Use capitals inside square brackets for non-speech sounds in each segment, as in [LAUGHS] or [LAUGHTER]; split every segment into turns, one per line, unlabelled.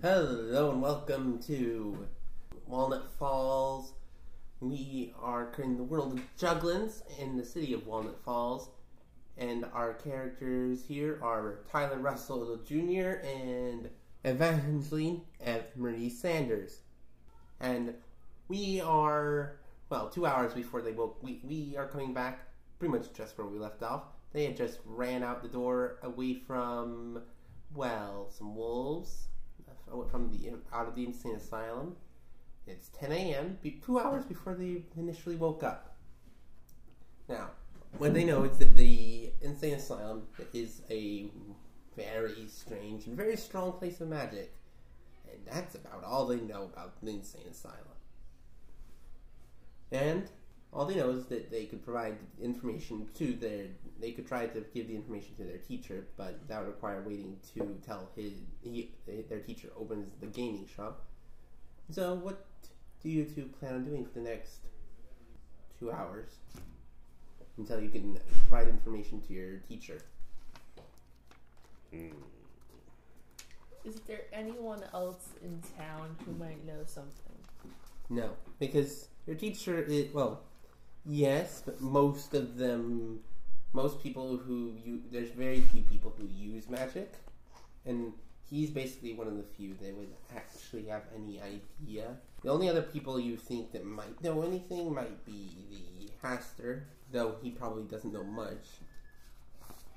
Hello and welcome to Walnut Falls. We are creating the world of Jugglins in the city of Walnut Falls, and our characters here are Tyler Russell Jr. and Evangeline F. Marie Sanders. And we are, well, two hours before they woke, we, we are coming back pretty much just where we left off. They had just ran out the door away from, well, some wolves uh, from the out of the insane asylum. It's 10 a.m. be- two hours before they initially woke up. Now, what they know is that the insane asylum is a very strange and very strong place of magic, and that's about all they know about the insane asylum. And all they know is that they could provide information to their. They could try to give the information to their teacher, but that would require waiting to tell his he, their teacher opens the gaming shop. So, what do you two plan on doing for the next two hours until you can provide information to your teacher?
Is there anyone else in town who might know something?
No, because your teacher is well, yes, but most of them, most people who you there's very few people who use magic, and he's basically one of the few that would actually have any idea. The only other people you think that might know anything might be the Haster, though he probably doesn't know much.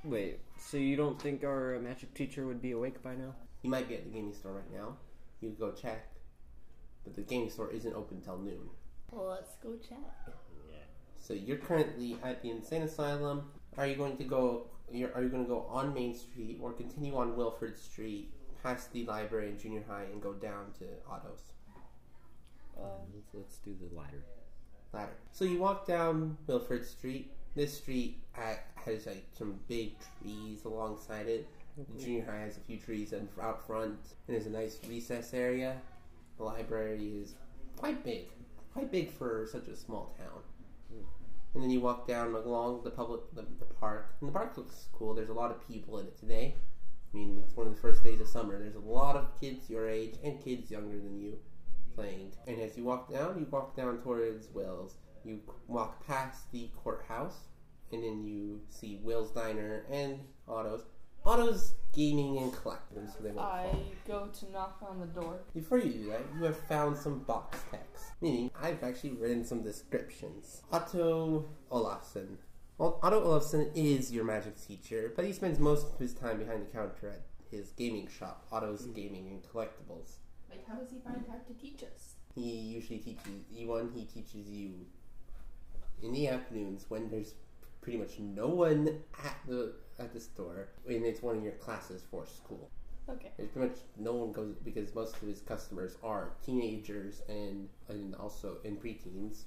Wait, so you don't think our uh, magic teacher would be awake by now?
He might be at the gaming store right now. You could go check, but the gaming store isn't open till noon.
Well, let's go check.
So you're currently at the insane asylum. Are you going to go? You're, are you going to go on Main Street or continue on Wilford Street, past the library and junior high, and go down to Otto's?
Um, let's, let's do the latter.
ladder. So you walk down Wilford Street. This street uh, has like some big trees alongside it. The junior high has a few trees and out front, and there's a nice recess area. The library is quite big, quite big for such a small town. And then you walk down along the public, the, the park, and the park looks cool. There's a lot of people in it today. I mean, it's one of the first days of summer. There's a lot of kids your age and kids younger than you playing. And as you walk down, you walk down towards Will's. You walk past the courthouse, and then you see Will's Diner and Otto's. Otto's gaming and collecting, so they won't
I
fall.
go to knock on the door.
Before you do that, you have found some box text, meaning I've actually written some descriptions. Otto Olafsson. Well, Otto Olafsson is your magic teacher, but he spends most of his time behind the counter at his gaming shop, Otto's Gaming and Collectibles.
Like, how does he find out to teach us?
He usually teaches E1. He teaches you in the afternoons when there's pretty much no one at the at the store, and it's one of your classes for school.
Okay.
There's pretty much no one goes because most of his customers are teenagers and and also in preteens.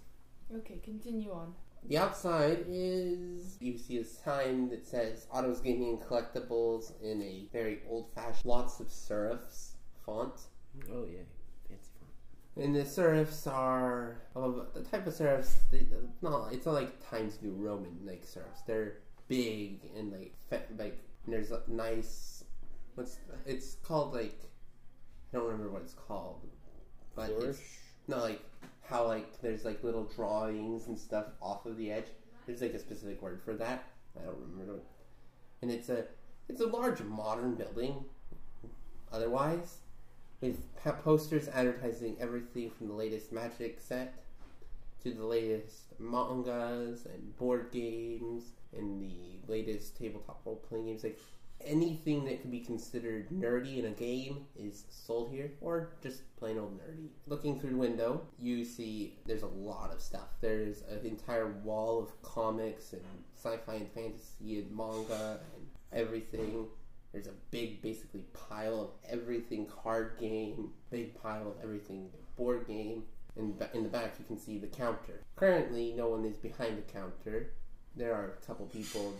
Okay, continue on.
The outside is you see a sign that says Autos Gaming and Collectibles in a very old-fashioned, lots of serifs font.
Oh yeah, fancy fun.
And the serifs are well, the type of serifs. They, not it's not like Times New Roman like serifs. They're big and like fe- like and there's a nice. What's it's called like? I don't remember what it's called, but it's no like how like there's like little drawings and stuff off of the edge. There's like a specific word for that. I don't remember. And it's a it's a large modern building. Otherwise, with pa- posters advertising everything from the latest Magic set to the latest mangas and board games and the latest tabletop role playing games. Like anything that could be considered nerdy in a game is sold here, or just plain old nerdy. Looking through the window, you see there's a lot of stuff. There's an entire wall of comics and sci-fi and fantasy and manga and everything. There's a big, basically, pile of everything card game, big pile of everything board game. In, ba- in the back, you can see the counter. Currently, no one is behind the counter. There are a couple people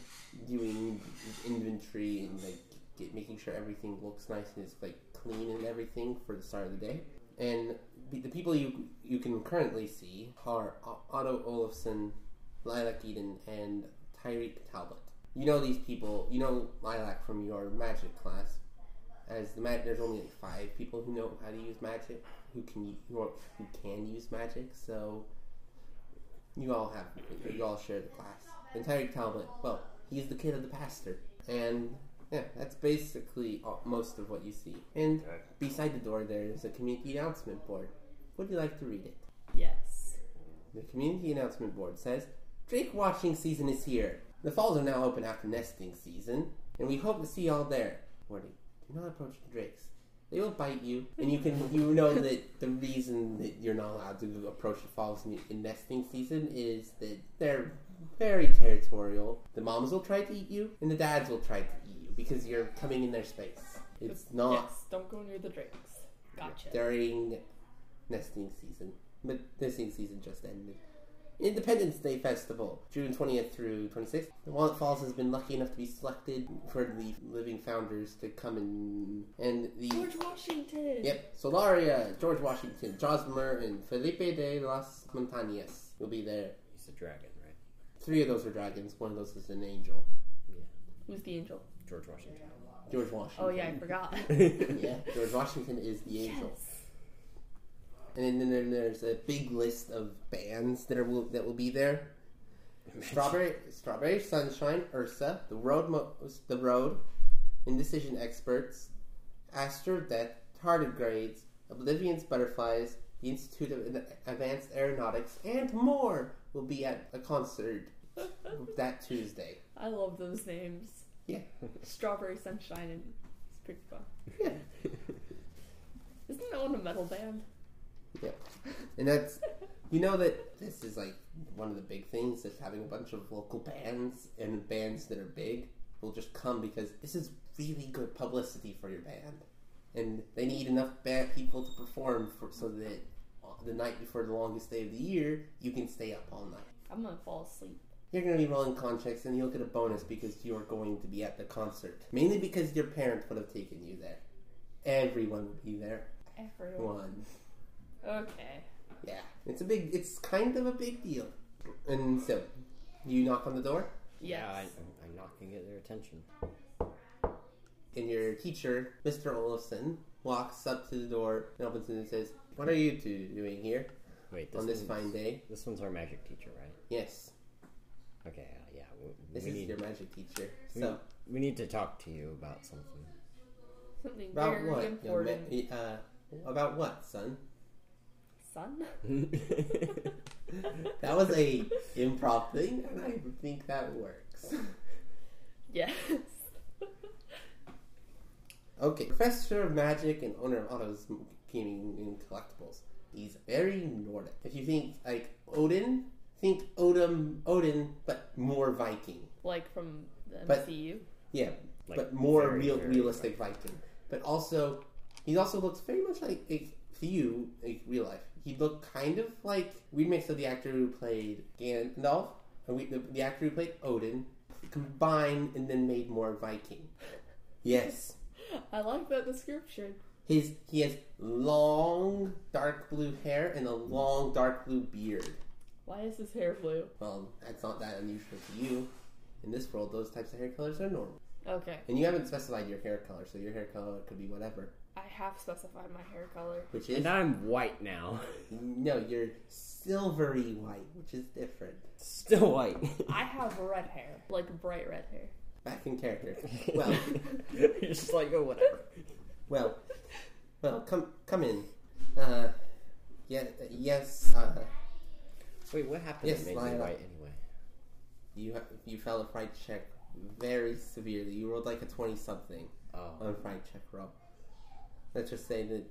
doing inventory and like get, making sure everything looks nice and is like clean and everything for the start of the day. And the the people you you can currently see are O- Otto Olafson, Lilac Eden, and Tyreek Talbot. You know these people. You know Lilac from your magic class. As the mag- there's only like five people who know how to use magic, who can who, are, who can use magic. So you all have you all share the class. Entire Talbot. Well, he's the kid of the pastor, and yeah, that's basically all, most of what you see. And beside the door, there's a community announcement board. Would you like to read it?
Yes.
The community announcement board says Drake watching season is here. The falls are now open after nesting season, and we hope to see y'all there. Warning: Do not approach the drakes. They will bite you, and you can you know that the reason that you're not allowed to approach the falls in, in nesting season is that they're very territorial. The moms will try to eat you, and the dads will try to eat you because you're coming in their space. It's not
Yes. Don't go near the drakes. Gotcha.
during nesting season. But nesting season just ended. Independence Day Festival, June 20th through 26th. Walnut Falls has been lucky enough to be selected for the living founders to come in. And the.
George Washington.
Yep, Solaria, George Washington, Josmer, and Felipe de las Montañas will be there.
He's a dragon, right?
Three of those are dragons, one of those is an angel.
Who's the angel?
George [LAUGHS] Washington.
George Washington.
Oh yeah, I forgot.
[LAUGHS] Yeah, George Washington is Mm-hmm. the
[LAUGHS]
angel. And then, then there's a big list of bands that are will, that will be there. Strawberry, Strawberry Sunshine, Ursa, The Road, Mo- The Road, Indecision Experts, Astro Death, Tardigrades, Oblivion's Butterflies, the Institute of Advanced Aeronautics, and more will be at a concert that Tuesday.
I love those names.
Yeah.
Strawberry Sunshine and it's pretty fun.
Yeah.
Isn't that one a metal band?
And that's, you know, that this is like one of the big things is having a bunch of local bands and bands that are big will just come because this is really good publicity for your band. And they need enough band people to perform for, so that the night before the longest day of the year, you can stay up all night.
I'm gonna fall asleep.
You're going to be rolling con checks and you'll get a bonus because you're going to be at the concert. Mainly because your parents would have taken you there. Everyone would be there.
Everyone.
One.
Okay.
Yeah, it's a big. It's kind of a big deal. And so, you knock on the door,
Yes.
Yeah, I, I'm- I'm not gonna get their attention.
and your teacher, Mr. Olafson, walks up to the door and opens it and says, "What are you two doing here
Wait, this
on this
one's-
fine day?"
This one's our magic teacher, right?
Yes,
Okay, uh, yeah. We,
this
we
is
need
your magic teacher.
we,
So,
we need to talk to you about something.
Something
about
very
what? young
important.
ma- uh, about what,
[LAUGHS]
son?
Son?
That was a improv thing, and I think that works.
[LAUGHS]
[LAUGHS]
Yes.
Okay, professor of magic and owner of autos gaming and collectibles. He's very Nordic. If you think like Odin, think Odin, Odin, but more Viking.
like from the
But-
MCU.
Yeah,
Like,
but more
very,
real,
very
realistic Viking. But also, he also looks very much like, like to you, like real life. He looked kind of like we mix of the actor who played Gandalf and we, the, the actor who played Odin combined and then made more Viking. [LAUGHS] Yes.
I like that description.
His he has long dark blue hair and a long dark blue beard.
Why is his hair blue?
Well, that's not that unusual to you. In this world, those types of hair colors are normal.
Okay.
And you haven't specified your hair color, so your hair color could be whatever.
I have specified my hair color.
Which is
And I'm white now. [LAUGHS]
no, you're silvery white, which is different.
Still [LAUGHS] white.
I have red hair. Like bright red hair.
Back in character.
[LAUGHS]
Well,
You're just like, oh, whatever.
well, well. Come, come in. Uh, yeah, yes. Uh,
Wait, what happened
Yes,
that made me
Lionel.
white anyway?
you you fell a fright check very severely. You rolled like a twenty something.
Oh.
on a fright check roll. Let's just say that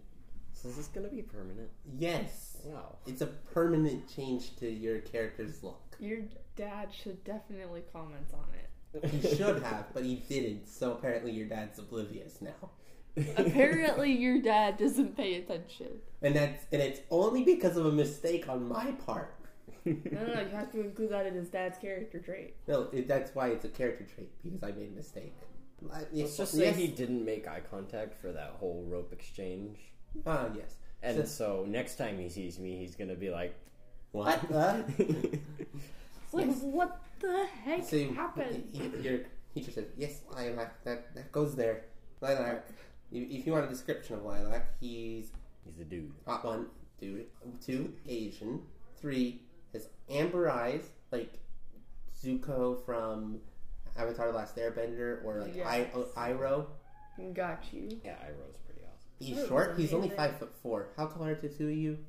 So is this gonna be permanent?
yes,
Wow.
it's a permanent change to your character's look.
Your dad should definitely comment on
[LAUGHS]
it.
He
[LAUGHS]
should have, but he didn't. So apparently, your dad's oblivious now,
Apparently, your dad doesn't pay attention.
and that's and it's only because of a mistake on my part.
No, no, no, you have to include that in his dad's character trait.
No, it, that's why it's a character trait because I made a mistake. I-
Let's just say
yes,
he didn't make eye contact for that whole rope exchange.
Ah, yes.
And
So-
so next time he sees me, he's gonna be [LAUGHS] like,
What? the?
[LAUGHS]
It's like,
Yes.
what the heck
So you-
happened?
y- y- your teacher said, "Yes, I that that goes there." Lilac, If if you want a description of Lilac, he's
He's a dude.
hot one, dude. Two, Asian. Three, has amber eyes, like Zuko from Avatar: The Last Airbender, or like I-
Yes.
Iroh.
Got you.
Yeah, Iroh's pretty awesome.
He's
Oh,
short. He's only
amazing.
five foot four. How tall are the two of you?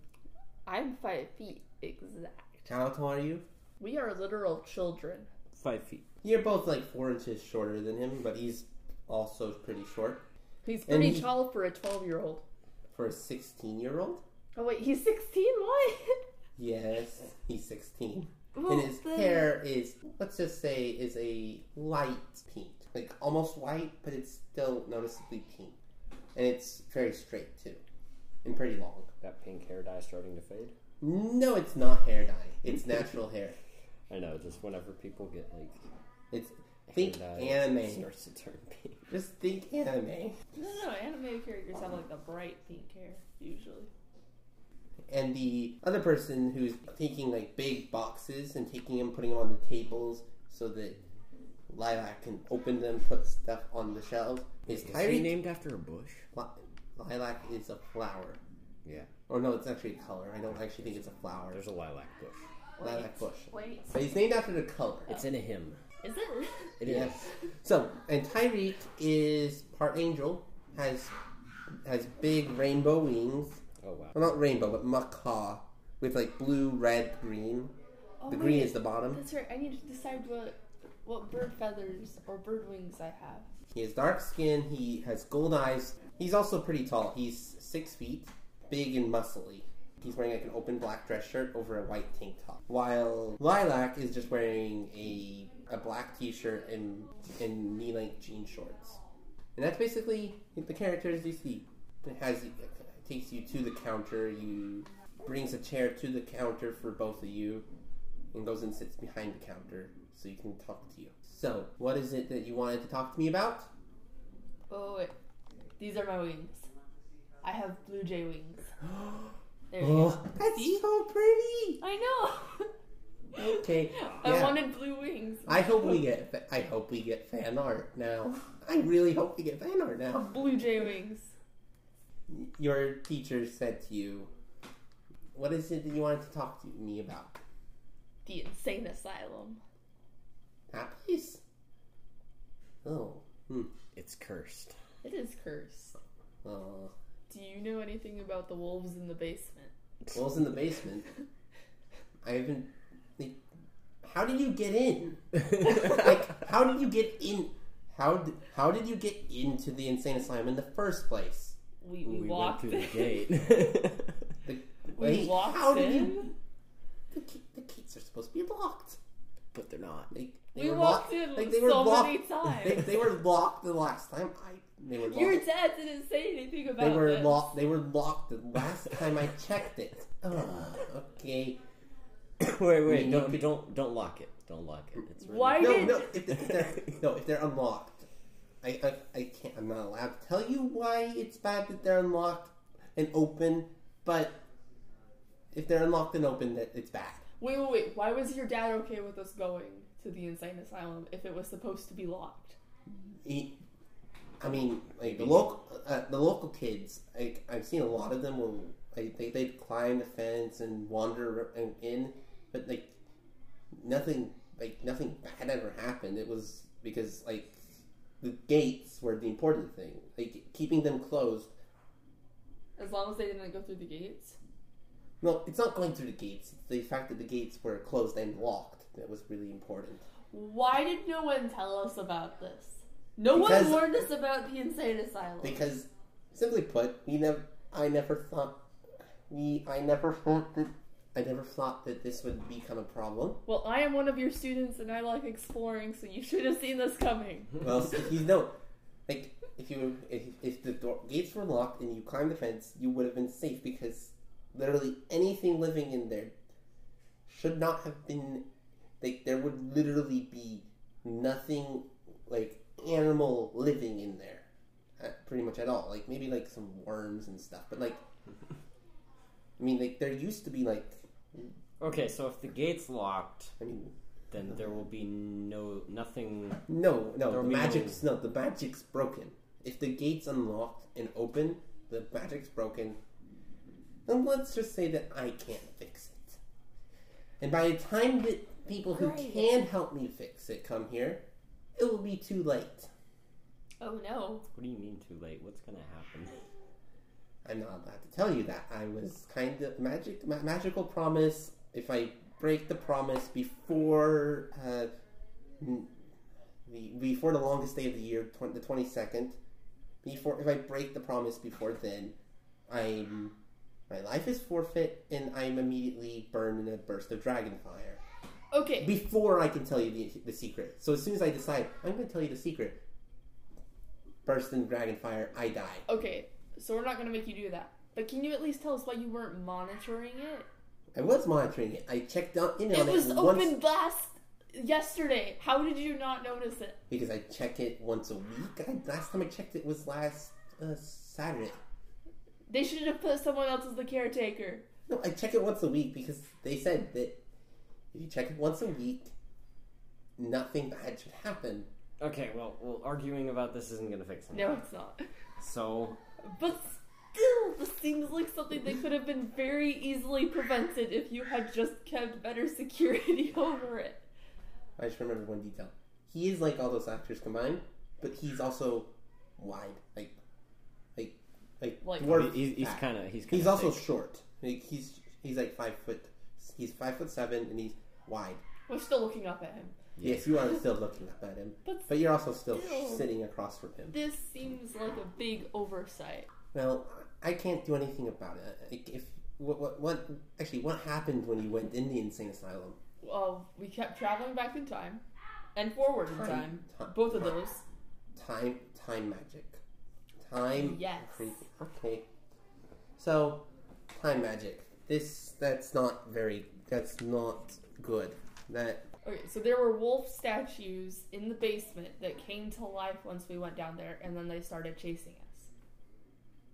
I'm five feet exact.
How tall are you?
We are literal children.
Five feet.
You're both like four inches shorter than him, but he's also pretty short
He's
And
pretty
he-
tall for a 12 year old.
for a 16 year old.
Oh, wait, he's 16? What?
Yes, he's 16.
Well,
and his
then-
hair is, let's just say, is a light pink. Like almost white, but it's still noticeably pink. And it's very straight too. And pretty long.
That pink hair dye starting to fade.
No, it's not hair dye. It's natural hair.
I know. Just whenever people get like
It's think
hair dye, it
anime.
starts to turn pink.
Just think anime.
No, no, anime characters have like the bright pink hair, usually.
and the other person who's taking like big boxes and taking them, putting them on the tables so that Lilac can open them, put stuff on the shelves. Is
Is he
Tyreek?
named after a bush?
Li- Lilac is a flower.
Yeah.
Or no, it's actually a color. I don't actually think it's a flower.
There's a lilac bush.
Lilac bush.
Wait.
But he's named after the color.
It's in a hymn.
Is it?
It is.
Yeah. So, and Tyreek is part angel, has has big rainbow wings.
Oh wow.
Well, not rainbow, but macaw with like blue, red, green.
Oh
The
my
green
God,
is the bottom.
That's right, I need to decide what, what bird feathers or bird wings I have.
He has dark skin. He has gold eyes. He's also pretty tall. He's six feet, big and muscly. He's wearing like an open black dress shirt over a white tank top, while Lilac is just wearing a a black t-shirt and and knee-length jean shorts. And that's basically the characters you see. It has it takes you to the counter. You brings a chair to the counter for both of you, and goes and sits behind the counter so you can talk to you. So, what is it that you wanted to talk to me about?
Oh, wait. These are my wings. I have blue jay
[GASPS]
wings. There you
Oh,
go.
that's
See?
so pretty.
I know!
Okay,
[LAUGHS] I
yeah.
wanted blue wings.
I hope we get. fa- I hope we get fan art now. I really hope we get fan art now.
Blue jay wings.
Your teacher said to you, "What is it that you wanted to talk to me about?"
The insane asylum.
That place. Oh,
It's [LAUGHS] cursed.
It is cursed.
uh,
Do you know anything about the wolves in the basement?
well, it's in the basement. I haven't. Like, how did you get in? like, how did you get in? How d- how did you get into the insane asylum in the first place?
We, we,
we went
walked
through
in.
the gate. [LAUGHS]
The,
We
wait,
walked
how did
in.
you? The, gate- the gates are supposed to be locked.
but they're not.
Like they
[LAUGHS] we
were
walked
locked.
in
like, they were
so
locked-
many times. [LAUGHS]
They, they were locked the last time. I they were
Your
locked.
dad didn't say anything about
They were
this.
locked. They were locked the last time I checked
[LAUGHS]
it. Ugh, okay.
[COUGHS] wait,
You
wait, don't,
could-
don't, don't lock it. Don't lock it. It's really
Why- I
No,
did-
no. If, if they're no, if they're unlocked, I, I I can't. I'm not allowed to tell you why it's bad that they're unlocked and open. But if they're unlocked and open, that it's bad.
Wait, wait, wait. Why was your dad okay with us going to the insane asylum if it was supposed to be locked?
He, I mean, like the local, uh, the local kids. Like I've seen a lot of them will, like they they climb the fence and wander ar- and in, but like nothing, like nothing bad ever happened. It was because like the gates were the important thing. Like keeping them closed.
As long as they didn't go through the gates.
No, it's not going through the gates. It's the fact that the gates were closed and locked that was really important.
Why did no one tell us about this? No
Because-
one warned us about the insane asylum.
Because, simply put, we never. I never thought. We. I never thought that. I never thought that this would become a problem.
Well, I am one of your students and I like exploring, so you should have seen this coming.
Well, if you know, like if you if, if the door, gates were locked and you climbed the fence, you would have been safe because literally anything living in there should not have been. Like there would literally be nothing like animal living in there, uh, pretty much at all. Like maybe like some worms and stuff, but like. I mean, like there used to be like
Okay, so if the gate's locked,
I mean
then there will be no nothing.
no no
There
the
will be no-
magic's no the magic's broken if the gate's unlocked and open, the magic's broken. Then let's just say that I can't fix it. And by the time that people who
Right.
can help me fix it come here, it will be too late.
Oh no.
What do you mean too late? What's gonna happen? [LAUGHS]
I'm not allowed to tell you that. I was kind of magic, ma- magical promise. If I break the promise before uh, n- the before the longest day of the year, tw- the twenty second, before if I break the promise before then, I'm my life is forfeit and I'm immediately burned in a burst of dragon fire.
Okay.
Before I can tell you the, the secret, so as soon as I decide I'm going to tell you the secret, burst in dragon fire, I die.
Okay. So we're not gonna make you do that. But can you at least tell us why you weren't monitoring it?
I was monitoring it. I checked out in
It
on
was
it
open
once
last yesterday. How did you not notice it?
because I check it once a week. I, last time I checked it was last uh, Saturday.
They should have put someone else as the caretaker.
No, I check it once a week because they said that if you check it once a week, nothing bad should happen.
Okay, well, well, arguing about this isn't gonna fix anything.
No, it's not.
So
But still, this seems like something that could have been very easily prevented if you had just kept better security [LAUGHS] over it.
I just remembered one detail. He is like all those actors combined, but he's also wide, like, like, like,
Like-
dwarf
he- he's, he's
fat.
kind of he's kind
He's also short. Like, he's he's like five foot. He's five foot seven, and he's wide.
We're still looking up at him.
Yes, you are still looking up at him,
But
but you're also still
still.
sitting across from him.
this seems like a big oversight.
Well, I can't do anything about it. Like, If what what what actually what happened when you went in the insane asylum?
Well, we kept traveling back in time and forward in time.
Time-
Both of those.
Time time magic, time.
Yes.
creepy. Okay. So, time magic. This that's not very. That's not good. That
Okay, so there were wolf statues in the basement that came to life once we went down there, and then they started chasing us.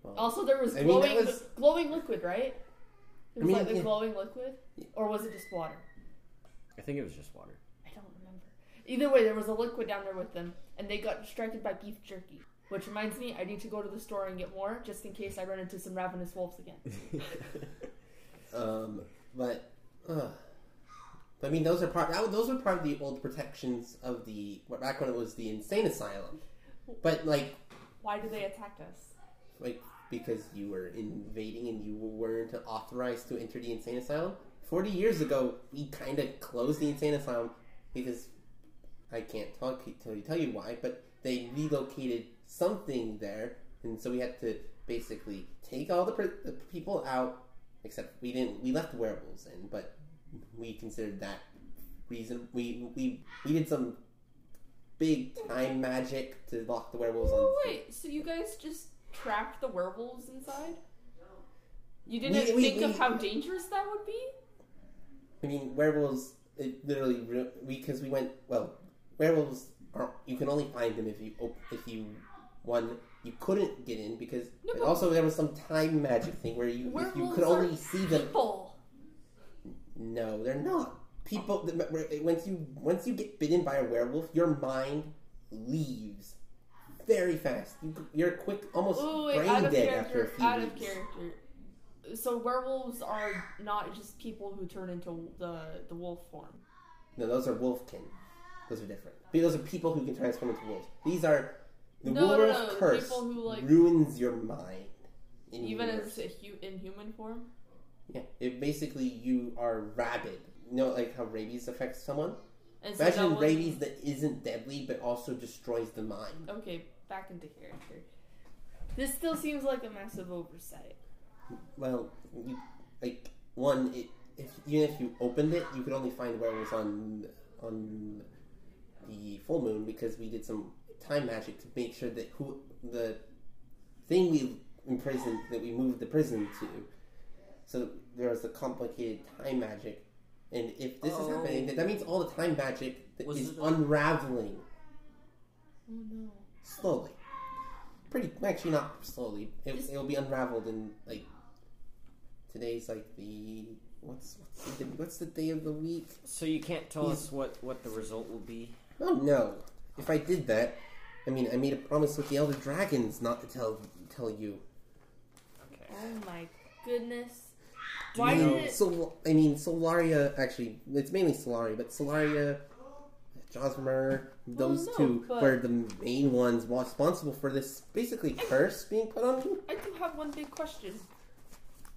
Well,
also, there was
I mean,
glowing,
that was-
glowing liquid, right? It was
mean,
like the
yeah.
glowing liquid,
Yeah.
or was it just water?
I think it was just
[LAUGHS]
water.
I don't remember. Either way, there was a liquid down there with them, and they got distracted by beef jerky. Which reminds me, I need to go to the store and get more, just in case I run into some ravenous
[LAUGHS]
wolves again.
um. But. Uh, I mean, those are part. That, those were part of the old protections of the back when it was the insane asylum. But like
Why do they attack us?
like because you were invading and you weren't authorized to enter the insane asylum. Forty years ago, we kind of closed the insane asylum because I can't talk tell you tell you why, but they relocated something there, and so we had to basically take all the, per- the people out. Except we didn't. We left the werewolves in, but we considered that reason. We we we did some big time magic to lock the werewolves on.
Oh wait, so you guys just trapped the werewolves inside? You didn't
We- we-
think
we-
of how dangerous that would be?
I mean, werewolves it literally ru- because we went well. Werewolves are you can only find them if you op- if you one you couldn't get in because
No,
and
but-
also there was some time magic thing where you if you
Werewolves
could only
are
see them.
people.
No, they're not people. the- where- Once you once you get bitten by a werewolf, your mind leaves very fast. You, you're quick, almost
Ooh, wait, out
brain
of
dead after a
character.
few
Out of
weeks.
character. So werewolves are not just people who turn into the the wolf form.
No, those are wolfkin. Those are different. But those are people who can transform into wolves. These are the
No, no,
werewolf
no,
curse
people who, like-
ruins your mind. in
Even
your-
as a hu- in human form?
yeah, it basically you are rabid. You know, like how rabies affects someone.
And so
Imagine
that was-
rabies that isn't deadly but also destroys the mind.
Okay, back into character. This still seems like a massive oversight.
Well, you, like one, it, if even if you opened it, you could only find werewolves on on the full moon because we did some time magic to make sure that who the thing we imprisoned that we moved the prison to. So there was a complicated time magic, and if this is
Oh.
happening, then that means all the time magic that
Was
is
it a-
unraveling
Oh no.
slowly. Pretty actually not slowly. It, it'll be unraveled in like today's like the what's what's the, what's the day of the week?
So you can't tell
He's-
us what what the result will be.
Oh no! If I did that, I mean, I made a promise with the elder dragons not to tell tell you.
Okay.
Oh my goodness.
Do
Why
you
did
know-
it?
Sol- I mean, Solaria actually. It's mainly Solaria, but Solaria, Josmer, those
no,
two
but-
were the main ones responsible for this basically curse being put on you.
I do have one big question.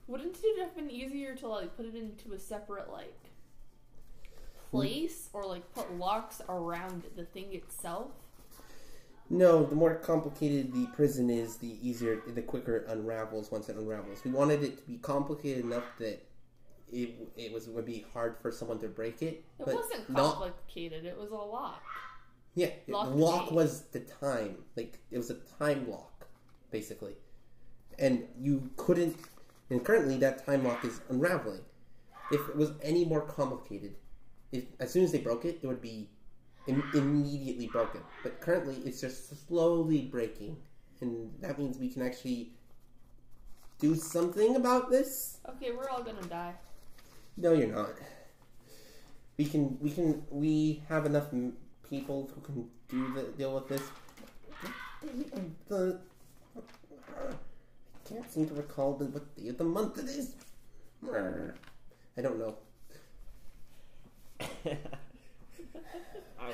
Wouldn't it have been easier to like put it into a separate like place or like put locks around the thing itself?
No, the more complicated the prison is, the easier, the quicker it unravels once it unravels. We wanted it to be complicated enough that it it was would be hard for someone to break it.
It
but
wasn't
not-
complicated. It was a lock.
Yeah, it-
Lock
the lock
gate.
was the time. Like it was a time lock, basically, and you couldn't. And currently, that time lock is unraveling. If it was any more complicated, if as soon as they broke it, it would be Im- immediately broken. But currently, it's just slowly breaking, and that means we can actually do something about this.
Okay, we're all gonna die. [LAUGHS]
No, you're not. We can, we can, we have enough m- people who can do the deal with this. The I can't seem to recall the, what day of the month it is. I don't know.
[LAUGHS] Ouch.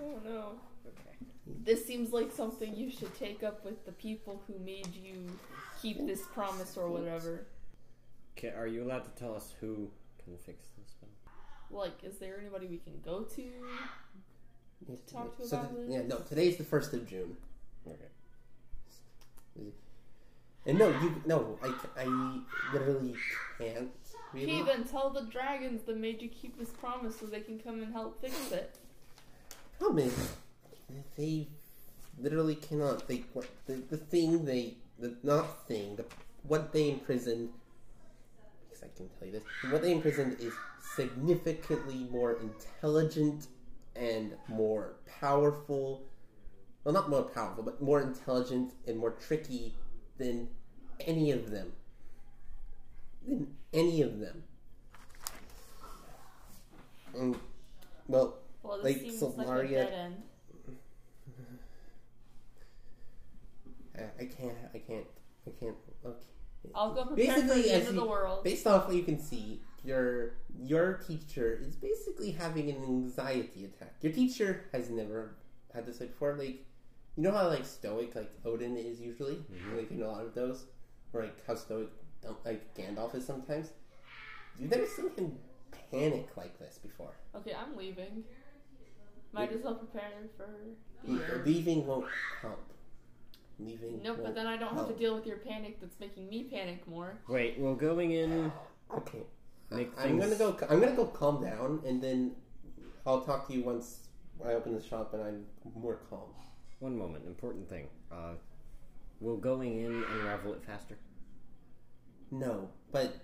Oh no.
Okay.
This seems like something you should take up with the people who made you keep this promise or whatever.
Okay, are you allowed to tell us who can fix this one?
Like, is there anybody we can go to? To talk to
so
about
the-
this?
yeah, no. Today's the first of June,
Okay.
and no, you no. I, ca- I literally can't. Really.
Okay, then tell the dragons that made you keep this promise so they can come and help fix it.
problem is Oh, they literally cannot they what the, the thing they the not thing the what they imprisoned because i can tell you this what they imprisoned is significantly more intelligent and more powerful well not more powerful but more intelligent and more tricky than any of them than any of them and well
Well, this
Like
seems like a
Solaria-
dead end.
I I can't. I can't. I can't. Okay.
I'll go prepare
Basically,
for the
as
end of
you-
the world.
Based off what you can see, your your teacher is basically having an anxiety attack. Your teacher has never had this like before. Like, you know how like stoic like Odin is usually like in a lot of those, or like how stoic um, like Gandalf is sometimes. You've never seen him panic like this before.
Okay, I'm leaving. Might as well prepare for the end.
Leaving won't help. Leaving.
Nope, but
won't
then I don't have to
help.
deal with your panic that's making me panic more.
Wait, well, going in.
Okay.
Make
I- I'm gonna
things-
go. I'm gonna go calm down, and then I'll talk to you once I open the shop and I'm more calm.
One moment, important thing. Uh, will going in unravel it faster?
No, but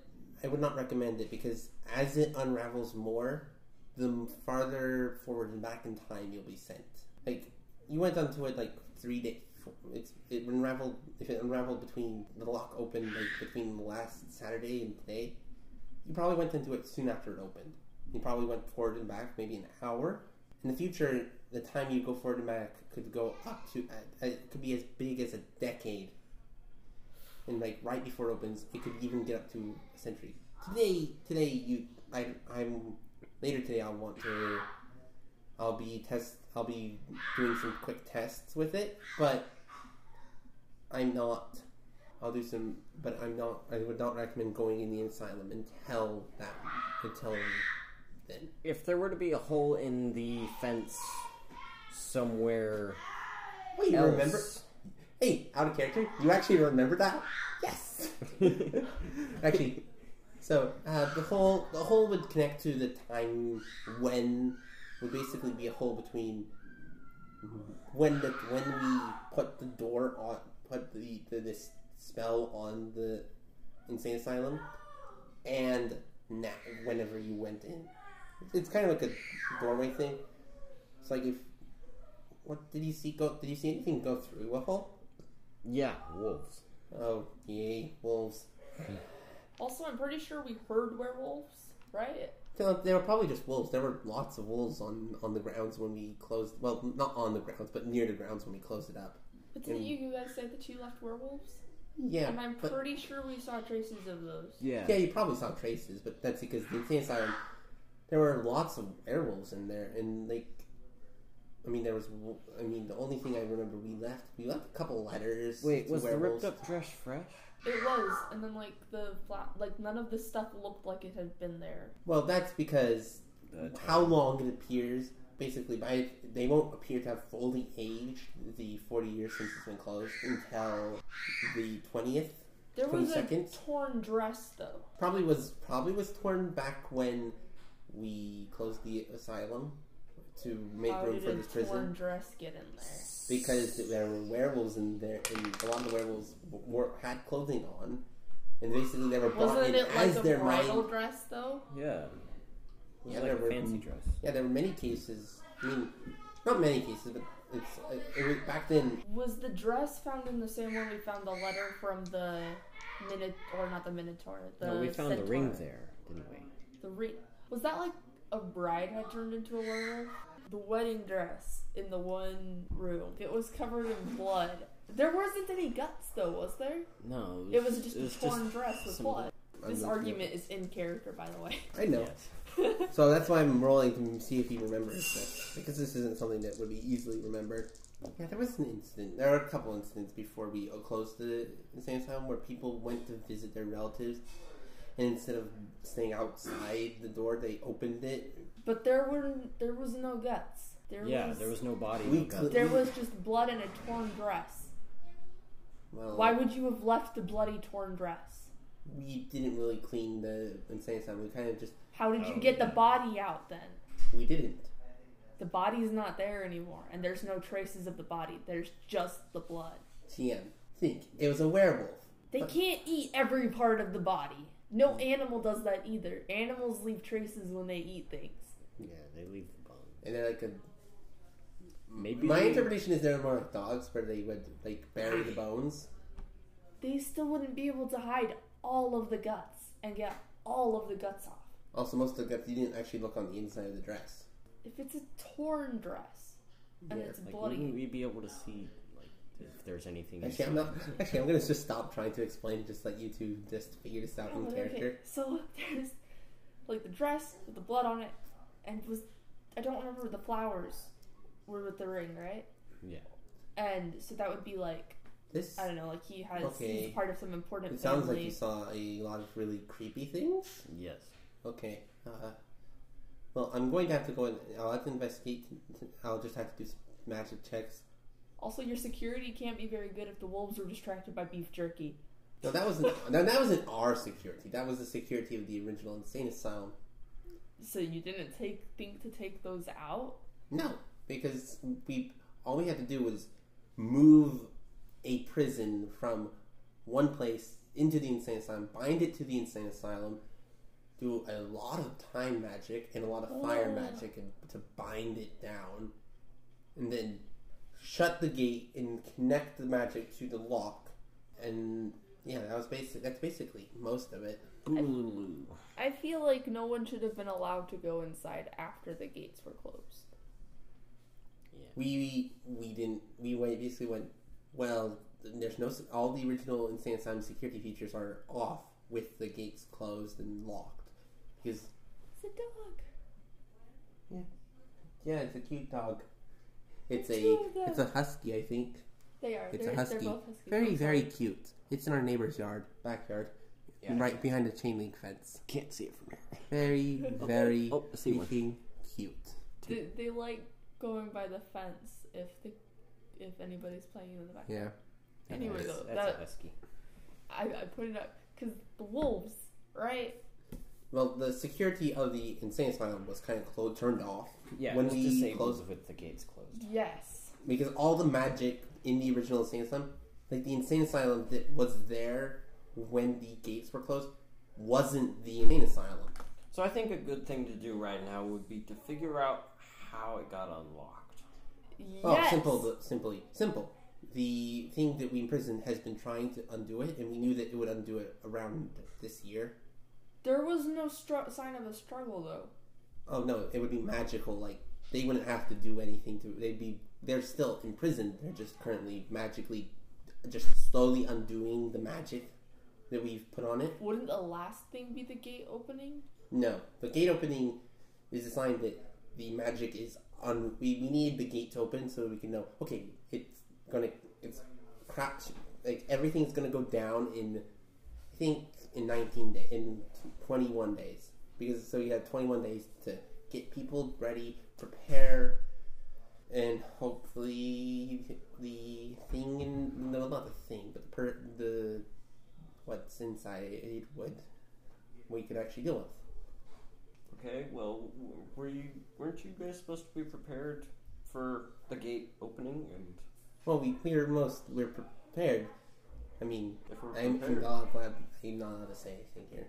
I would not recommend it because as it unravels more, the farther forward and back in time you'll be sent. Like you went onto it like three days. It's it unraveled. If it unraveled between the lock opened like between last Saturday and today, you probably went into it soon after it opened. You probably went forward and back maybe an hour. In the future, the time you go forward and back could go up to uh, it could be as big as a decade and like right before it opens, it could even get up to a century. Today, today you, I, I'm later today. I'll want to, I'll be test, I'll be doing some quick tests with it, but I'm not. I'll do some, but I'm not. I would not recommend going in the asylum until that, until then.
If there were to be a hole in the fence somewhere. [LAUGHS]
Wait, you
else-
remember? Hey, out of character, you actually remember that? Yes. actually, so uh, the hole the hole would connect to the time when would basically be a hole between when the when we put the door on put the, the this spell on the insane asylum and now whenever you went in. It's kind of like a doorway thing. It's like if what did you see go? Did you see anything go through a hole?
Yeah, wolves.
Oh, yay, wolves.
Also, I'm pretty sure we heard werewolves, right?
So They were probably just wolves. There were lots of wolves on, on the grounds when we closed. Well, not on the grounds, but near the grounds when we closed it up.
But didn't
Mm.
you you guys say that you left werewolves?
Yeah,
and I'm
but
pretty sure we saw traces of those.
Yeah.
yeah, you probably saw traces, but that's because the insane asylum. There were lots of werewolves in there, and like, I mean, there was. wo- I mean, the only thing I remember we left, we left a couple letters.
Wait,
to
was the
werewolves.
ripped up dress fresh?
It was, and then like the flat, like none of the stuff looked like it had been there.
Well, that's because
The
how long it appears. Basically, by they won't appear to have fully aged the forty years since it's been closed until the twentieth.
There was a
22nd?
torn dress though.
Probably was probably was torn back when we closed the asylum to make
How
room
did
for
a
this prison
torn dress get in there?
because there were werewolves in there, and a lot of the werewolves were, had clothing on, and basically they were brought
Wasn't
in
it like
as
a
their
bridal
mind.
dress though?
Yeah. Mm. It was
Yeah,
like
there
a
were-
fancy dress.
Yeah, there were many cases. I mean, not many cases, but it's it, it was back then.
Was the dress found in the same way we found the letter from the Minot or not the Minotaur? The
no, we found the ring
centaur?
there, didn't we?
The ring was that like a bride had turned into a werewolf? The wedding dress in the one room. It was covered in blood. There wasn't any guts though, was there?
No.
It was just
it
a torn dress with
some
blood.
I'm
This
looking
argument is in character, by the way.
at- I know.
Yes.
So that's why I'm rolling to see if he remembers this, because this isn't something that would be easily remembered. Yeah, there was an incident. There were a couple incidents before we uh, closed the insane asylum where people went to visit their relatives, and instead of staying outside the door, they opened it.
[LAUGHS] But there were there was no guts. There
Yeah,
was,
there was no body.
We
no gun.
cl-
there was just blood and a torn dress.
Well,
Why would you have left the bloody torn dress?
we didn't really clean the insane asylum. We kind of just
How did
Oh,
you get the
yeah.
body out then?
we didn't.
The body's not there anymore, and there's no traces of the body. There's just the blood.
TM, think it was a werewolf.
They can't eat every part of the body. No animal does that either. Animals leave traces when they eat things.
Yeah, they leave the bone.
And they're like a.
Maybe.
My interpretation is they're more like dogs, where they would like bury the bones.
They still wouldn't be able to hide all of the guts and get all of the guts off.
Also, most of the guts you didn't actually look on the inside of the dress.
If it's a torn dress and
Yeah,
it's
Like,
bloody,
wouldn't we be able to see like if there's anything?
Actually, I'm not. Actually, I'm gonna just stop trying to explain. Just let you two just figure this out
Oh,
in
but
character.
So there's like the dress with the blood on it, and was I don't remember the flowers were with the ring, right?
Yeah.
And so that would be like
This
I don't know, like he has
Okay.
he's part of some important
it sounds like
family.
you saw a lot of really creepy things.
Yes.
Okay. Uh, well, I'm going to have to go and I'll have to investigate. I'll just have to do some magic checks.
also, your security can't be very good if the wolves were distracted by beef jerky.
No, that wasn't. [LAUGHS] no, that wasn't our security. That was the security of the original insane asylum.
So you didn't take think to take those out.
No, because we all we had to do was move a prison from one place into the insane asylum, bind it to the insane asylum, do a lot of time magic and a lot of fire
Oh.
magic and to bind it down, and then shut the gate and connect the magic to the lock, and yeah, that was basic. That's basically most of it.
Boolaloo.
I feel like no one should have been allowed to go inside after the gates were closed.
we we didn't we went, basically went well there's no all the original insane asylum security features are off with the gates closed and locked because
It's a dog.
yeah it's a cute dog it's
It's
a
cute, yeah.
it's a husky i think
They are.
It's a
they're,
husky.
They're both husky.
very very cute it's in our neighbor's yard backyard
Yeah.
right behind a chain link fence
Can't see it from here.
[LAUGHS]
very very
Oh, I see one.
freaking cute
They, they like going by the fence if the if anybody's playing in the back.
yeah
Anyway,
that's,
though,
that's
that-
a husky.
I, I put it up because the wolves, right?
well the security of the insane asylum was kind of clo- turned off
Yeah.
when
it was
we
disabled
closed-
with the gates closed.
Yes.
because all the magic in the original Insane Asylum, like the Insane Asylum that was there when the gates were closed, wasn't the Insane Asylum.
So I think a good thing to do right now would be to figure out how it got unlocked.
Yes.
Oh, simple, the, simply simple. The thing that we imprisoned has been trying to undo it, and we knew that it would undo it around this year.
There was no str- sign of a struggle though.
Oh no, it would be magical. Like they wouldn't have to do anything to. They'd be. They're still in prison. They're just currently magically, just slowly undoing the magic that we've put on it.
Wouldn't the last thing be the gate opening?
No, the gate opening is a sign that the magic is on. We, we need the gate to open so we can know. Okay, it's gonna. It's crap. Like everything's gonna go down in. I think in nineteen days, in twenty one days, because so you have twenty one days to get people ready, prepare, and hopefully the thing in no not the thing, but the per, the what's inside it would we could actually deal with.
Okay, well, w- were you weren't you guys supposed to be prepared for the gate opening? And
Well, we we're most we're prepared. I mean,
if we're
I'm, I'm
prepared,
not allowed, I'm not allowed to say anything here.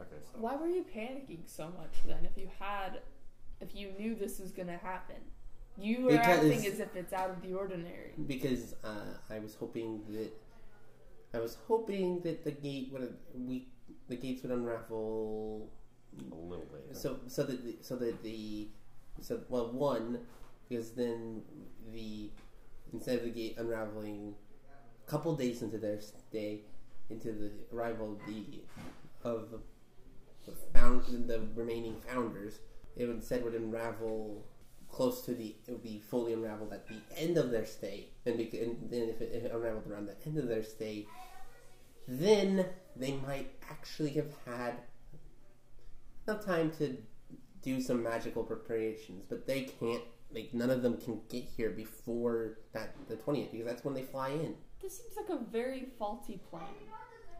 okay, so
Why were you panicking so much then? If you had, if you knew this was gonna happen, you were
Because-
acting as if it's out of the ordinary.
because uh, I was hoping that I was hoping that the gate would we the gates would unravel
a little later.
so so that the, so that the so well one because then the instead of the gate unraveling a couple days into their stay into the arrival of the of the found the remaining founders it would said would unravel close to the it would be fully unraveled at the end of their stay and, bec- and then if it, if it unraveled around the end of their stay then they might actually have had enough time to do some magical preparations, but they can't. Like none of them can get here before that the twentieth because that's when they fly in.
This seems like a very faulty plan.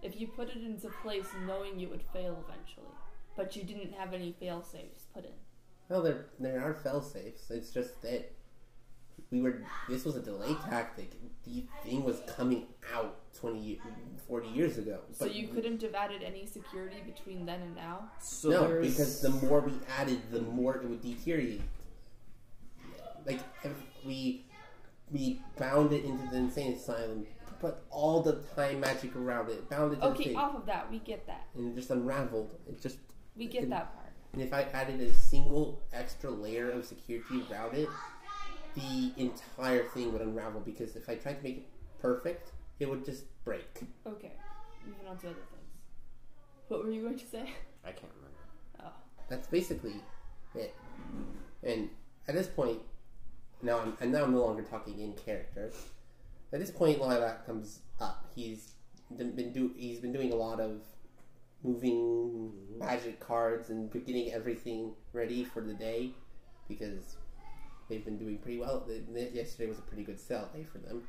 If you put it into place knowing it would fail eventually, but you didn't have any fail safes put in.
Well, there there are fail safes. It's just that we were. This was a delay tactic. The thing was coming out 20, ye- 40 years ago.
So
but
you couldn't have added any security between then and now?
So
no,
there's-
because the more we added, the more it would deteriorate. Like if we we bound it into the insane asylum, put all the time magic around it, bound it to the
Okay,
thing,
off of that, we get that.
and it just unraveled. It just
We get
And-
that part.
and if I added a single extra layer of security around it, the entire thing would unravel. Because if I tried to make it perfect, it would just break.
Okay, moving on to other things. What were you going to say? [LAUGHS]
I can't remember.
Oh,
that's basically it. And at this point, now I'm and now I'm no longer talking in character. At this point, Lilac comes up. He's been do he's been doing a lot of moving magic cards and getting everything ready for the day because they've been doing pretty well. The- the- Yesterday was a pretty good sell day for them,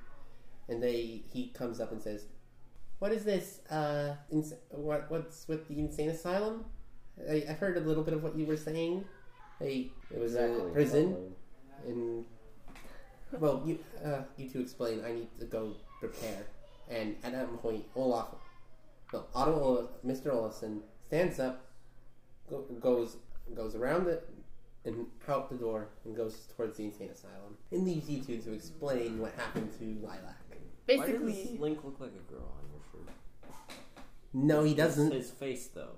and they he comes up and says. What is this? Uh, ins- what what's with the insane asylum? I, I heard a little bit of what you were saying. Hey, it was a prison, and well, you uh, you two explain. I need to go prepare. And at that point, Olaf, no, Otto, Ola- Mr. Olafson stands up, go, goes goes around it and out the door, and goes towards the insane asylum, and leaves you two to explain what happened to Lilac.
Why does
basically,
Link look like a girl on your shirt?
No, he doesn't.
His face, though.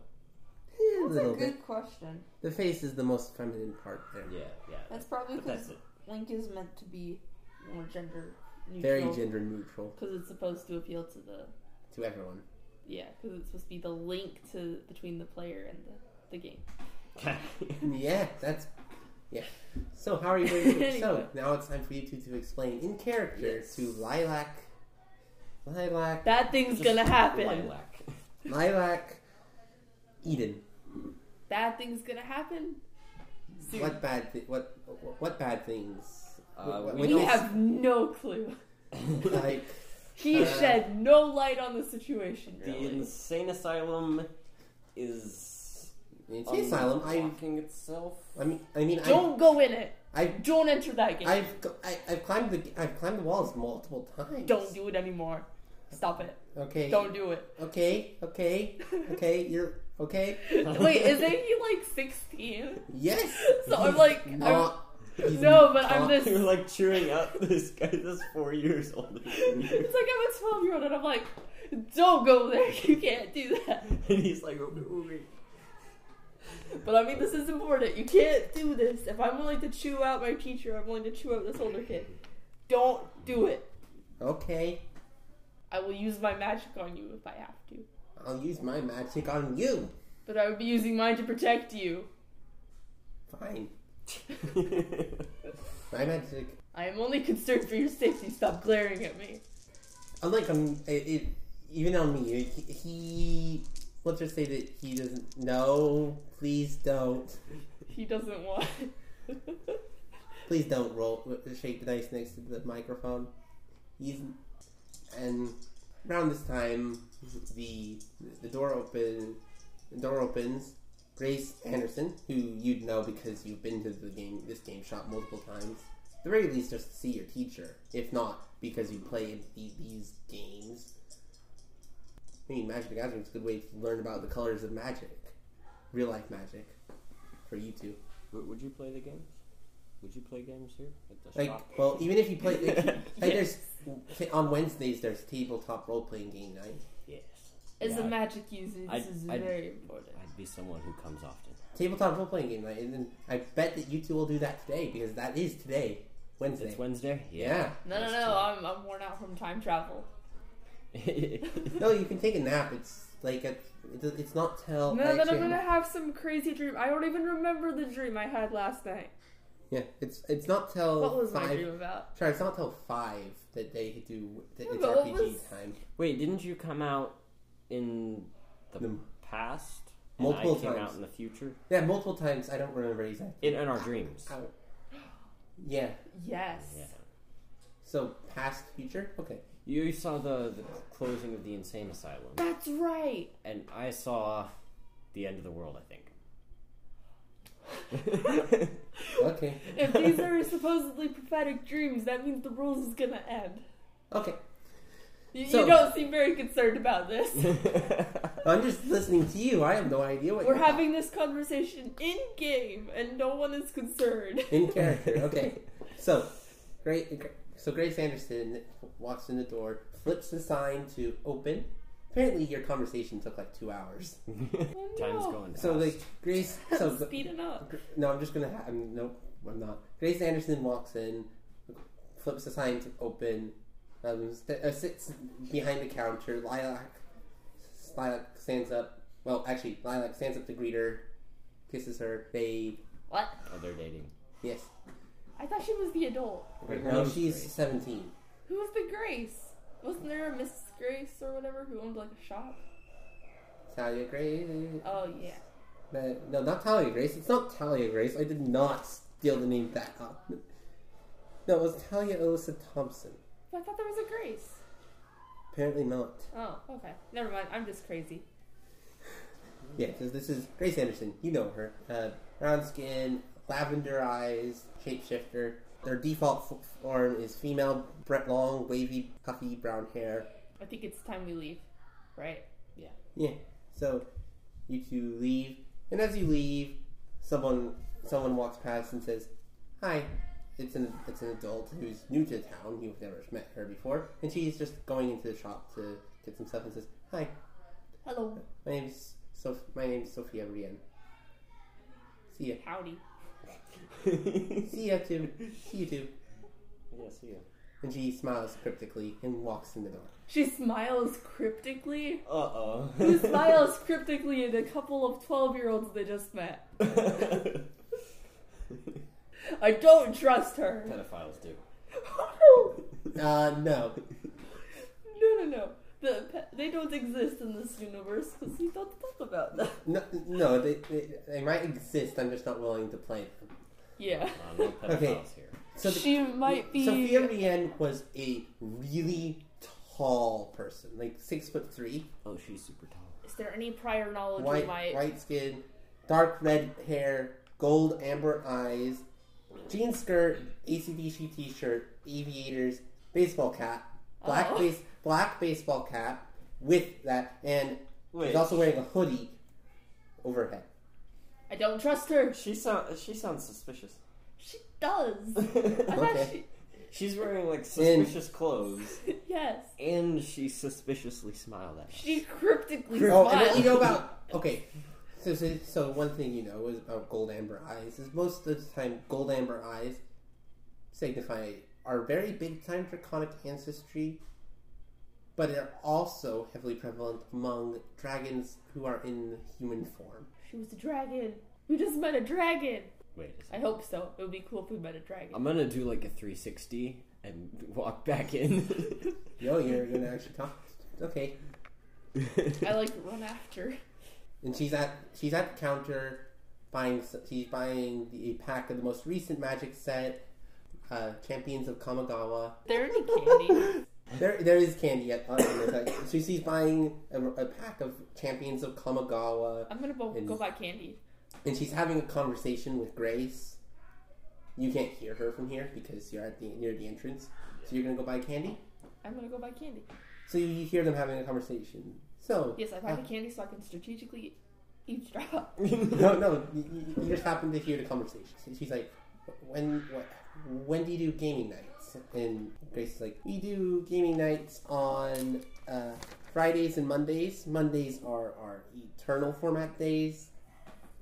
Eh, a
that's a
little bit.
good question.
The face is the most feminine part there.
Yeah, yeah.
That's probably
but that's
because
it.
Link is meant to be more gender
Very
neutral.
gender neutral
Because it's supposed to appeal to the
to everyone.
yeah, because it's supposed to be the link to between the player and the, the game.
[LAUGHS]
Yeah, that's yeah. So how are you going
[LAUGHS]
to
Anyway.
so now it's time for you two to explain in character
Yes.
to Lilac Lilac
That thing's
Just
gonna happen.
[LAUGHS] Lilac.
Lilac Eden.
That thing's gonna happen. Soon.
What bad thi- what what bad things?
Uh,
What-
we
what
We
else?
have no clue.
[LAUGHS]
[LAUGHS]
like
He
Uh,
shed no light on the situation.
The
Really.
insane asylum is
in the asylum I
unlocking itself. [LAUGHS]
I mean I mean I
Don't go in it.
I
Don't enter that game.
I've c- I, have climbed the I've climbed the walls multiple times.
Don't do it anymore. Stop it.
Okay.
Don't do it. [LAUGHS]
Okay. Okay. Okay. You're okay.
Wait, isn't he like 16?
Yes.
[LAUGHS] So I'm
He's
like- I'm-
not- he's
No, but I'm
not-
this. [LAUGHS]
You're [LAUGHS] like cheering up this guy that's four years older than you.
It's like I'm a 12 year old and I'm like, Don't go there. [LAUGHS] You can't do that.
and he's like, oh, no, [LAUGHS] wait.
But I mean, this is important. You can't do this. If I'm willing to chew out my teacher, I'm willing to chew out this older kid. Don't do it.
Okay,
I will use my magic on you if I have to.
I'll use my magic on you.
But I would be using mine to protect you.
Fine. My magic.
I am only concerned for your safety. Stop glaring at me.
Unlike on it, it, even on me, he, he let's just say that he doesn't. No, please don't.
He doesn't want. [LAUGHS]
Please don't roll uh, shake the dice next to the microphone. He's and around this time the the door open the door opens. Grace Anderson, who you'd know because you've been to the game this game shop multiple times. At the very least just to see your teacher, if not because you play the, these games. I mean Magic the Gathering is a good way to learn about the colors of magic. Real life magic. For you two.
Would would you play the games? Would you play games here at the
Like,
shop?
well, even if you play, like, like there's on Wednesdays there's tabletop role playing game night.
yes.
As
Yeah,
a magic user, this
I'd-
is
I'd-
very important.
I'd be someone who comes often.
Tabletop role playing game night, and then I bet that you two will do that today because that is today, Wednesday.
It's Wednesday.
yeah.
No, no,
that's
no.
true.
I'm, I'm worn out from time travel.
[LAUGHS]
No, you can take a nap. It's like a, it- it's not till.
No, then I'm
actually-
gonna have some crazy dream. I don't even remember the dream I had last night.
Yeah, it's it's not till
What was my
five.
dream about?
Sorry, it's not till five that they do. That
Yeah,
it's
but what
RPG
was-
time.
Wait, didn't you come out in the
The-
past?
Multiple
and I came
times.
out in the future
Yeah, multiple times. I don't remember exactly.
in, in our dreams.
Ow. [GASPS] Yeah.
Yes.
Yeah.
So past, future. Okay.
You saw the, the closing of the insane asylum,
That's right.
and I saw the end of the world. I think.
Okay.
If these are supposedly prophetic dreams, that means the rules is gonna end.
Okay.
You, you
So-
don't seem very concerned about this.
I'm just listening to you. I have no idea what
We're
you're
having this conversation in game, and no one
[LAUGHS]
is concerned.
[LAUGHS] in character.
[LAUGHS]
Okay, so great. So Grace Anderson walks in the door, flips the sign to open. Apparently, your conversation took like two hours.
Oh,
Time's
[LAUGHS] no.
going. Fast.
So like
[LAUGHS]
Grace, so the-
Speeding up.
no, I'm just gonna. Ha- I'm, nope, I'm not. Grace Anderson walks in, flips the sign to open. Um, st- uh, sits behind the counter. Lilac, Lilac stands up. Well, actually, Lilac stands up to greet her, kisses her. They
What?
oh, they're dating.
yes.
I thought she was the adult.
Right
Her
now
name's
she's
Grace.
seventeen.
Who was the Grace? Wasn't there a Mrs. Grace or whatever who owned like a shop?
Talia Grace.
Oh yeah.
But, no, not Talia Grace. It's not Talia Grace. I did not steal the name that up. No, it was Talia Alyssa Thompson.
I thought there was a Grace.
Apparently not.
Oh, okay. Never mind. I'm just crazy.
Yeah, 'cause this is Grace Anderson. You know her. Uh, brown skin, lavender eyes, shapeshifter. Their default f- form is female, bre- long, wavy, puffy brown hair.
I think it's time we leave, right?
Yeah. So you two leave, and as you leave, someone someone walks past and says, "Hi." It's an it's an adult who's new to town. You've never met her before, and she's just going into the shop to get some stuff and says, "Hi,
Hello.
my name's Sof- my name's Sophia Rien. See ya.
Howdy.
yeah,
See ya too. See you too."
see ya.
And she smiles cryptically and walks in the door.
She smiles cryptically.
Uh oh.
Who smiles cryptically at a couple of 12 year olds they just met? I don't trust her. [LAUGHS]
[LAUGHS] Pedophiles do.
no,
Uh, no.
no, no. The pe- they don't exist in this universe because we don't talk about them.
No, no they, they, they might exist, I'm just not willing to play them.
Yeah.
Uh, no pedophiles
Okay.
here.
So the-
she might be.
Sophia Rien was a really tall person, like six foot three,
Oh, she's super tall.
Is there any prior knowledge
white
we might?
white skin, dark red hair, gold amber eyes, jean skirt, ACDC t-shirt, aviators, baseball cap, black
Oh.
base black baseball cap with that, and she's also wearing a hoodie overhead.
I don't trust her.
she sounds she sounds suspicious.
She does. I
[LAUGHS]
thought [LAUGHS]
Okay.
she.
She's wearing like suspicious clothes,
yes.
and she suspiciously smiled at us.
She cryptically
Oh, and
smiled.
what you know about okay. So, so, so one thing you know is about gold amber eyes is most of the time gold amber eyes signify our very big time draconic ancestry, but they're also heavily prevalent among dragons who are in human form.
She was a dragon. We just met a dragon.
Wait, a
I
second.
hope so. It would be cool if we met a dragon.
I'm gonna do like a 360 and walk
[LAUGHS]
back in.
Yo, you're gonna actually talk. Okay,
I like to run
[LAUGHS]
after.
and she's at she's at the counter buying s- she's buying the pack of the most recent magic set, uh, Champions of Kamigawa.
There any candy?
There, there is candy at on the side. So she's buying a, a pack of champions of Kamigawa,
I'm gonna bo- go buy candy.
and she's having a conversation with Grace. You can't hear her from here because you're at the near the entrance. So you're gonna go buy candy.
I'm gonna go buy candy.
So you hear them having a conversation. So
Yes, I buy
Oh.
the candy so I can strategically eavesdrop.
[LAUGHS] no, no, you, you- you just happen to hear the conversation. So she's like, "When, what, when do you do gaming nights?" And Grace is like, "We do gaming nights on uh, Fridays and Mondays. Mondays are our eternal format days,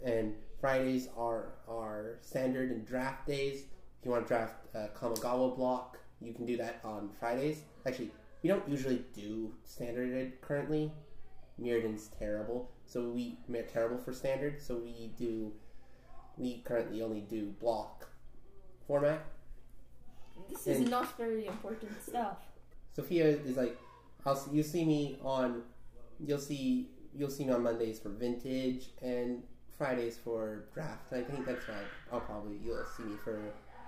and Fridays are our standard and draft days. If you want to draft a Kamigawa block, you can do that on Fridays. Actually, we don't usually do standard currently. Mirrodin's terrible, so we Mir- terrible for standard. So we do, we currently only do block format.
This is
And-
not very important
[LAUGHS]
stuff.
Sophia is like, I'll see, you see me on, you'll see you'll see me on Mondays for vintage and Fridays for draft. I think that's right. I'll probably you'll see me for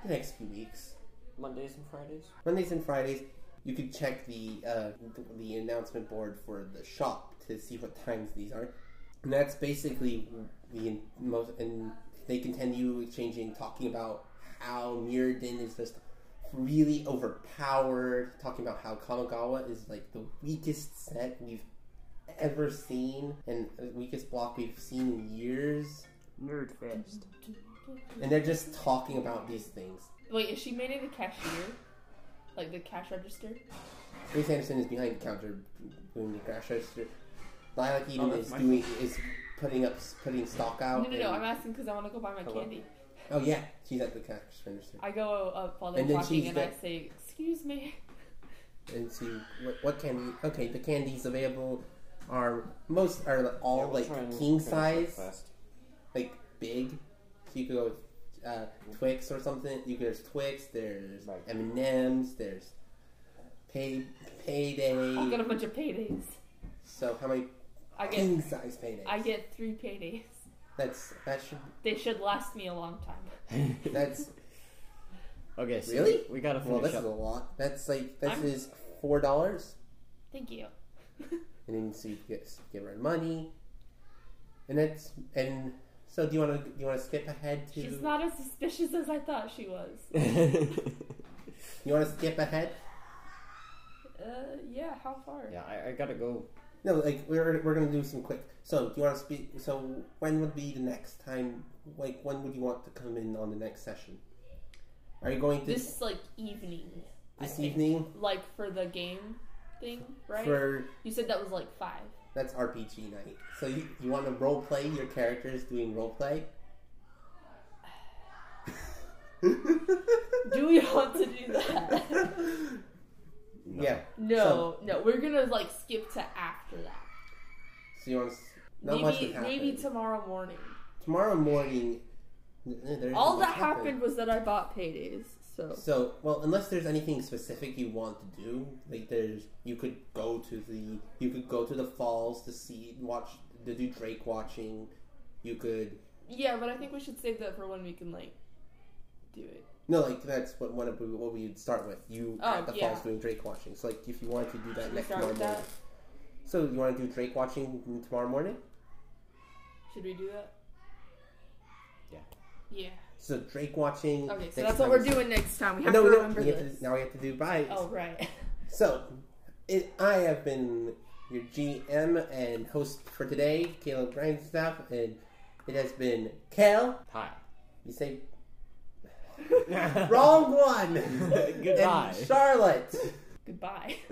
the next few weeks.
Mondays and Fridays.
Mondays and Fridays, you can check the uh, th- the announcement board for the shop to see what times these are. And that's basically the en- most. And they continue exchanging, talking about how Mirrodin is just really overpowered. Talking about how Kamigawa is like the weakest set we've ever seen, and the weakest block we've seen in years.
Nerd fest.
And they're just talking about these things.
Wait, is she mainly the cashier? Like the cash register?
Grace Anderson is behind the counter doing the crash register. Lilac
Oh,
Eden
that's
is
my
doing is putting up putting stock
No,
out.
no, no.
and-
I'm asking because I want to go buy my
Hello?
candy.
oh yeah, she's at the cash register.
I go up while they're
And then
talking
she's
and
got-
I say,
[LAUGHS]
"Excuse me."
And see what, what candy. Okay, the candies available are most are all like king size, like big. So you could go with uh, Twix or something. You could, there's Twix. There's
Right.
M and M's. There's pay
I got
payday.
a bunch of paydays.
So how many
I get,
king size paydays?
I get three paydays.
That's that should
They should last me a long time.
[LAUGHS]
[LAUGHS]
that's
[LAUGHS] okay, so
Really?
we gotta
Well,
finish
this is
up.
a lot. That's like this
I'm-
is four dollars,
Thank you. [LAUGHS]
and then so you get give her money, and that's and so do you want to do you want to skip ahead to
She's not as suspicious as I thought she was.
[LAUGHS]
you want to skip ahead?
Uh, yeah. How far?
yeah, I, I gotta go.
No, like we're we're gonna do some quick. So do you want to speak? So when would be the next time? Like when would you want to come in on the next session? Are you going to
This
this,
is like evening, I think.
evening
like for the game thing, right?
for
you said that was like five.
that's RPG night? So you, you want to role play your characters doing role play?
Do we want to do
[LAUGHS]
that?
No.
Yeah.
no, no. We're gonna like skip to after that.
So you want to, not much
maybe
would happen.
maybe tomorrow morning.
tomorrow morning. th- th- there
All
isn't
that
much
happened was that I bought paydays. So
So, well, unless there's anything specific you want to do, like there's, you could go to the, you could go to the falls to see, watch, to do Drake watching. You could
yeah, but I think we should save that for when we can like do it.
no, like that's what one of what we would start with. You
Oh,
at the
yeah.
falls doing Drake watching. So, like if you wanted to do that
Should we
next
start
tomorrow
with
morning.
that?
So you want to do Drake watching tomorrow morning?
Should we do that?
Yeah.
Yeah.
So Drake watching.
Okay, so
next
that's what
time
we're
is-
doing next time. We have
Oh, No,
to
we don't.
remember
we have
this.
to, now we have to do Bryce.
Oh right. [LAUGHS]
So, it, I have been your GM and host for today, Caleb [LAUGHS] Grindstaff, and it has been Cal.
Hi.
You say Wrong one.
Goodbye.
And Charlotte.
Goodbye.
[LAUGHS]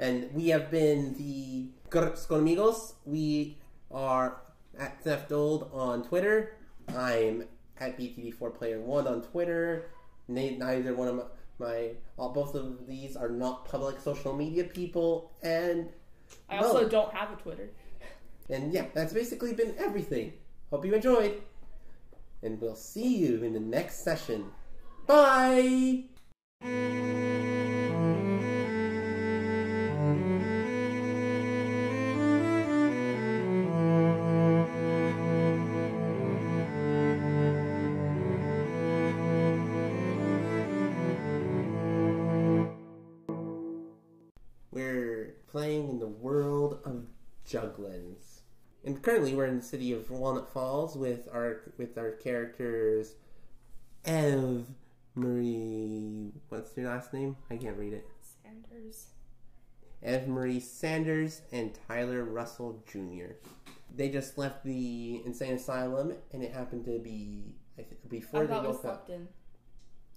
And we have been the Grips Conamigos. We are at Zeftold on Twitter. I'm at BTD4Player1 on Twitter. Ne- Neither one of my, my all, both of these are not public social media people. And
I also
Well-
don't have a Twitter.
and yeah, that's basically been everything. Hope you enjoyed. And we'll see you in the next session. Bye! We're playing in the world of Jugglins. And currently we're in the city of Walnut Falls with our with our characters Ev Marie what's your last name? I can't read it.
Sanders.
Ev Marie Sanders and Tyler Russell Jr. They just left the insane asylum and it happened to be I th- before
I
they
thought we
woke up.
slept in.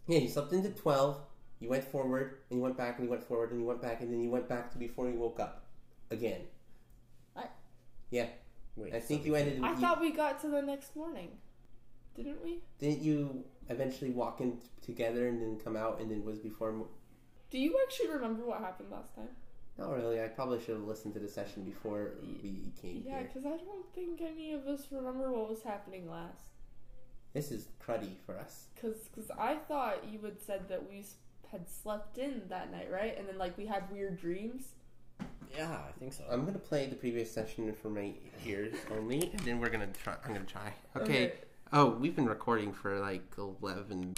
Yeah, you slept into 12, you went forward, and you went back, and you went forward, and you went back, and then you went back to before you woke up. Again.
What?
Yeah.
Wait,
I think you ended.
I
you-
thought we got to the next morning. Didn't we?
Didn't you eventually walk in t- together and then come out, and then was before. mo-
Do you actually remember what happened last time?
Not really. I probably should have listened to the session before we came
Yeah,
here.
because I don't think any of us remember what was happening last.
This is cruddy for us.
Because I thought you had said that we s- had slept in that night, right? And then, like, we had weird dreams.
Yeah, I think so.
I'm gonna play the previous session for my ears only, and then we're gonna try. I'm gonna try. Okay. Oh, we've been recording for like 11